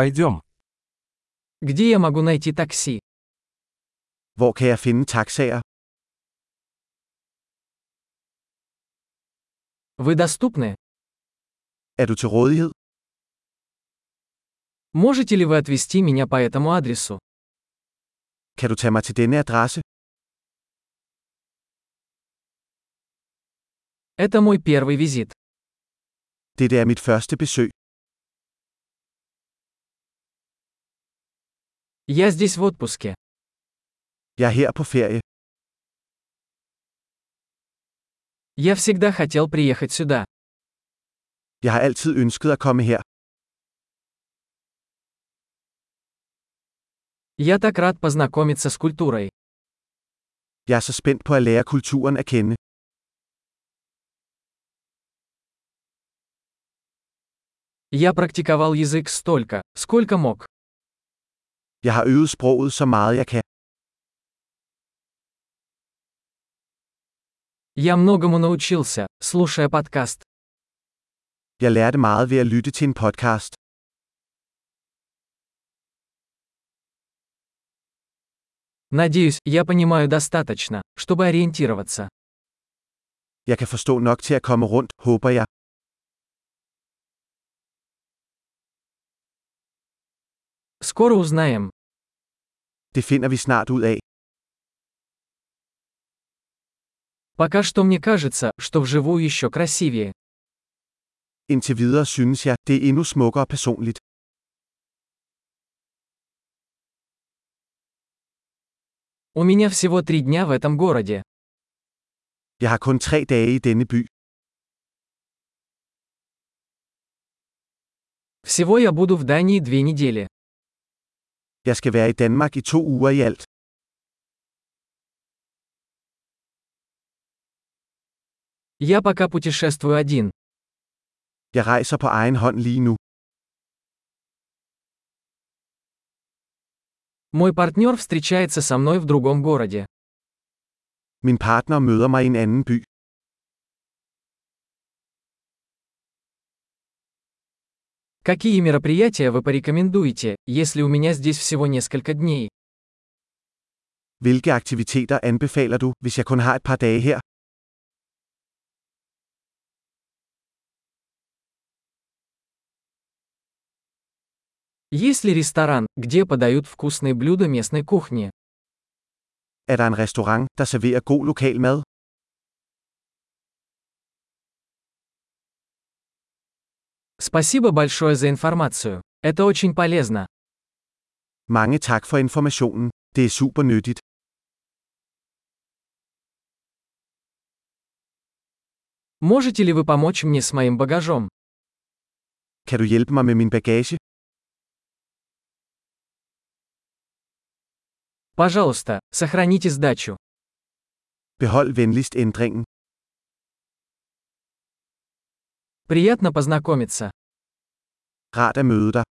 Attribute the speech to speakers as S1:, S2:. S1: Пойдем.
S2: Где я могу найти такси?
S3: Hvor kan jeg finde taxaer?
S2: Вы доступны?
S3: Er du til rådighed?
S2: Можете ли вы отвезти меня по этому адресу?
S3: Kan du tage mig til denne adresse?
S2: Это мой первый визит.
S3: Dette er mit første besøg.
S2: Я здесь в отпуске.
S3: Jeg er her på ferie.
S2: Я всегда хотел приехать сюда.
S3: Jeg har altid ønsket at komme her.
S2: Я так рад познакомиться с культурой.
S3: Jeg er så spændt på at lære kulturen at kende.
S2: Я практиковал язык столько, сколько мог.
S3: Jeg har øvet sproget så meget jeg kan.
S2: Я многому научился, слушая подкаст.
S3: Jeg lærte meget ved at lytte til en podcast.
S2: Надеюсь, я понимаю достаточно, чтобы ориентироваться.
S3: Jeg kan forstå nok til at komme rundt, håber jeg.
S2: Скоро узнаем.
S3: Det finder vi snart ud af.
S2: Пока что мне кажется, что вживую еще красивее.
S3: Indtil videre synes jeg, det er endnu smukkere personligt.
S2: У меня всего три дня в этом городе.
S3: Jeg har kun tre dage i denne by.
S2: Всего я буду в Дании две недели.
S3: Jeg skal være i Danmark i to uger i alt.
S2: Я пока путешествую один.
S3: Jeg rejser på egen hånd lige nu.
S2: Мой партнер встречается со мной в другом городе.
S3: Min partner møder mig i en anden by.
S2: Какие мероприятия вы порекомендуете, если у меня здесь всего несколько дней?
S3: Hvilke aktiviteter anbefaler du, hvis jeg kun har et par dage her?
S2: Есть ли ресторан, где подают вкусные блюда местной кухни?
S3: Er der en restaurant, der serverer god lokal mad?
S2: Спасибо большое за информацию. Это очень полезно.
S3: Mange tak for informationen. Det er super nyttigt.
S2: Можете ли вы помочь мне с моим багажом?
S3: Kan du hjælpe mig med min bagage?
S2: Пожалуйста, сохраните сдачу.
S3: Behold venligst ændringen.
S2: Приятно познакомиться.
S3: Rart at møde dig.